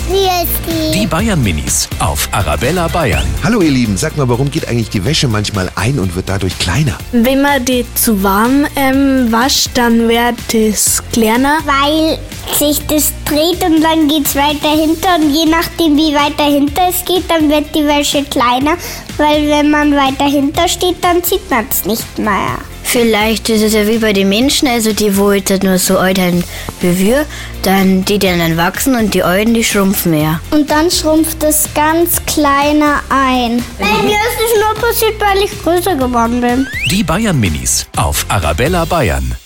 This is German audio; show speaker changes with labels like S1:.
S1: Christi.
S2: Die Bayern Minis auf Arabella Bayern.
S3: Hallo ihr Lieben, sag mal, warum geht eigentlich die Wäsche manchmal ein und wird dadurch kleiner?
S4: Wenn man die zu warm ähm, wascht, dann wird es kleiner.
S1: Weil sich das dreht und dann geht's weiter hinter und je nachdem wie weiter hinter es geht, dann wird die Wäsche kleiner, weil wenn man weiter hinter steht, dann sieht man es nicht mehr.
S5: Vielleicht ist es ja wie bei den Menschen, also die wo jetzt nur so altern wie wir, dann die dann wachsen und die Alten, die schrumpfen mehr.
S1: Und dann schrumpft es ganz kleiner ein. Bei mir ist es nur passiert, weil ich größer geworden bin.
S2: Die Bayern Minis auf Arabella Bayern.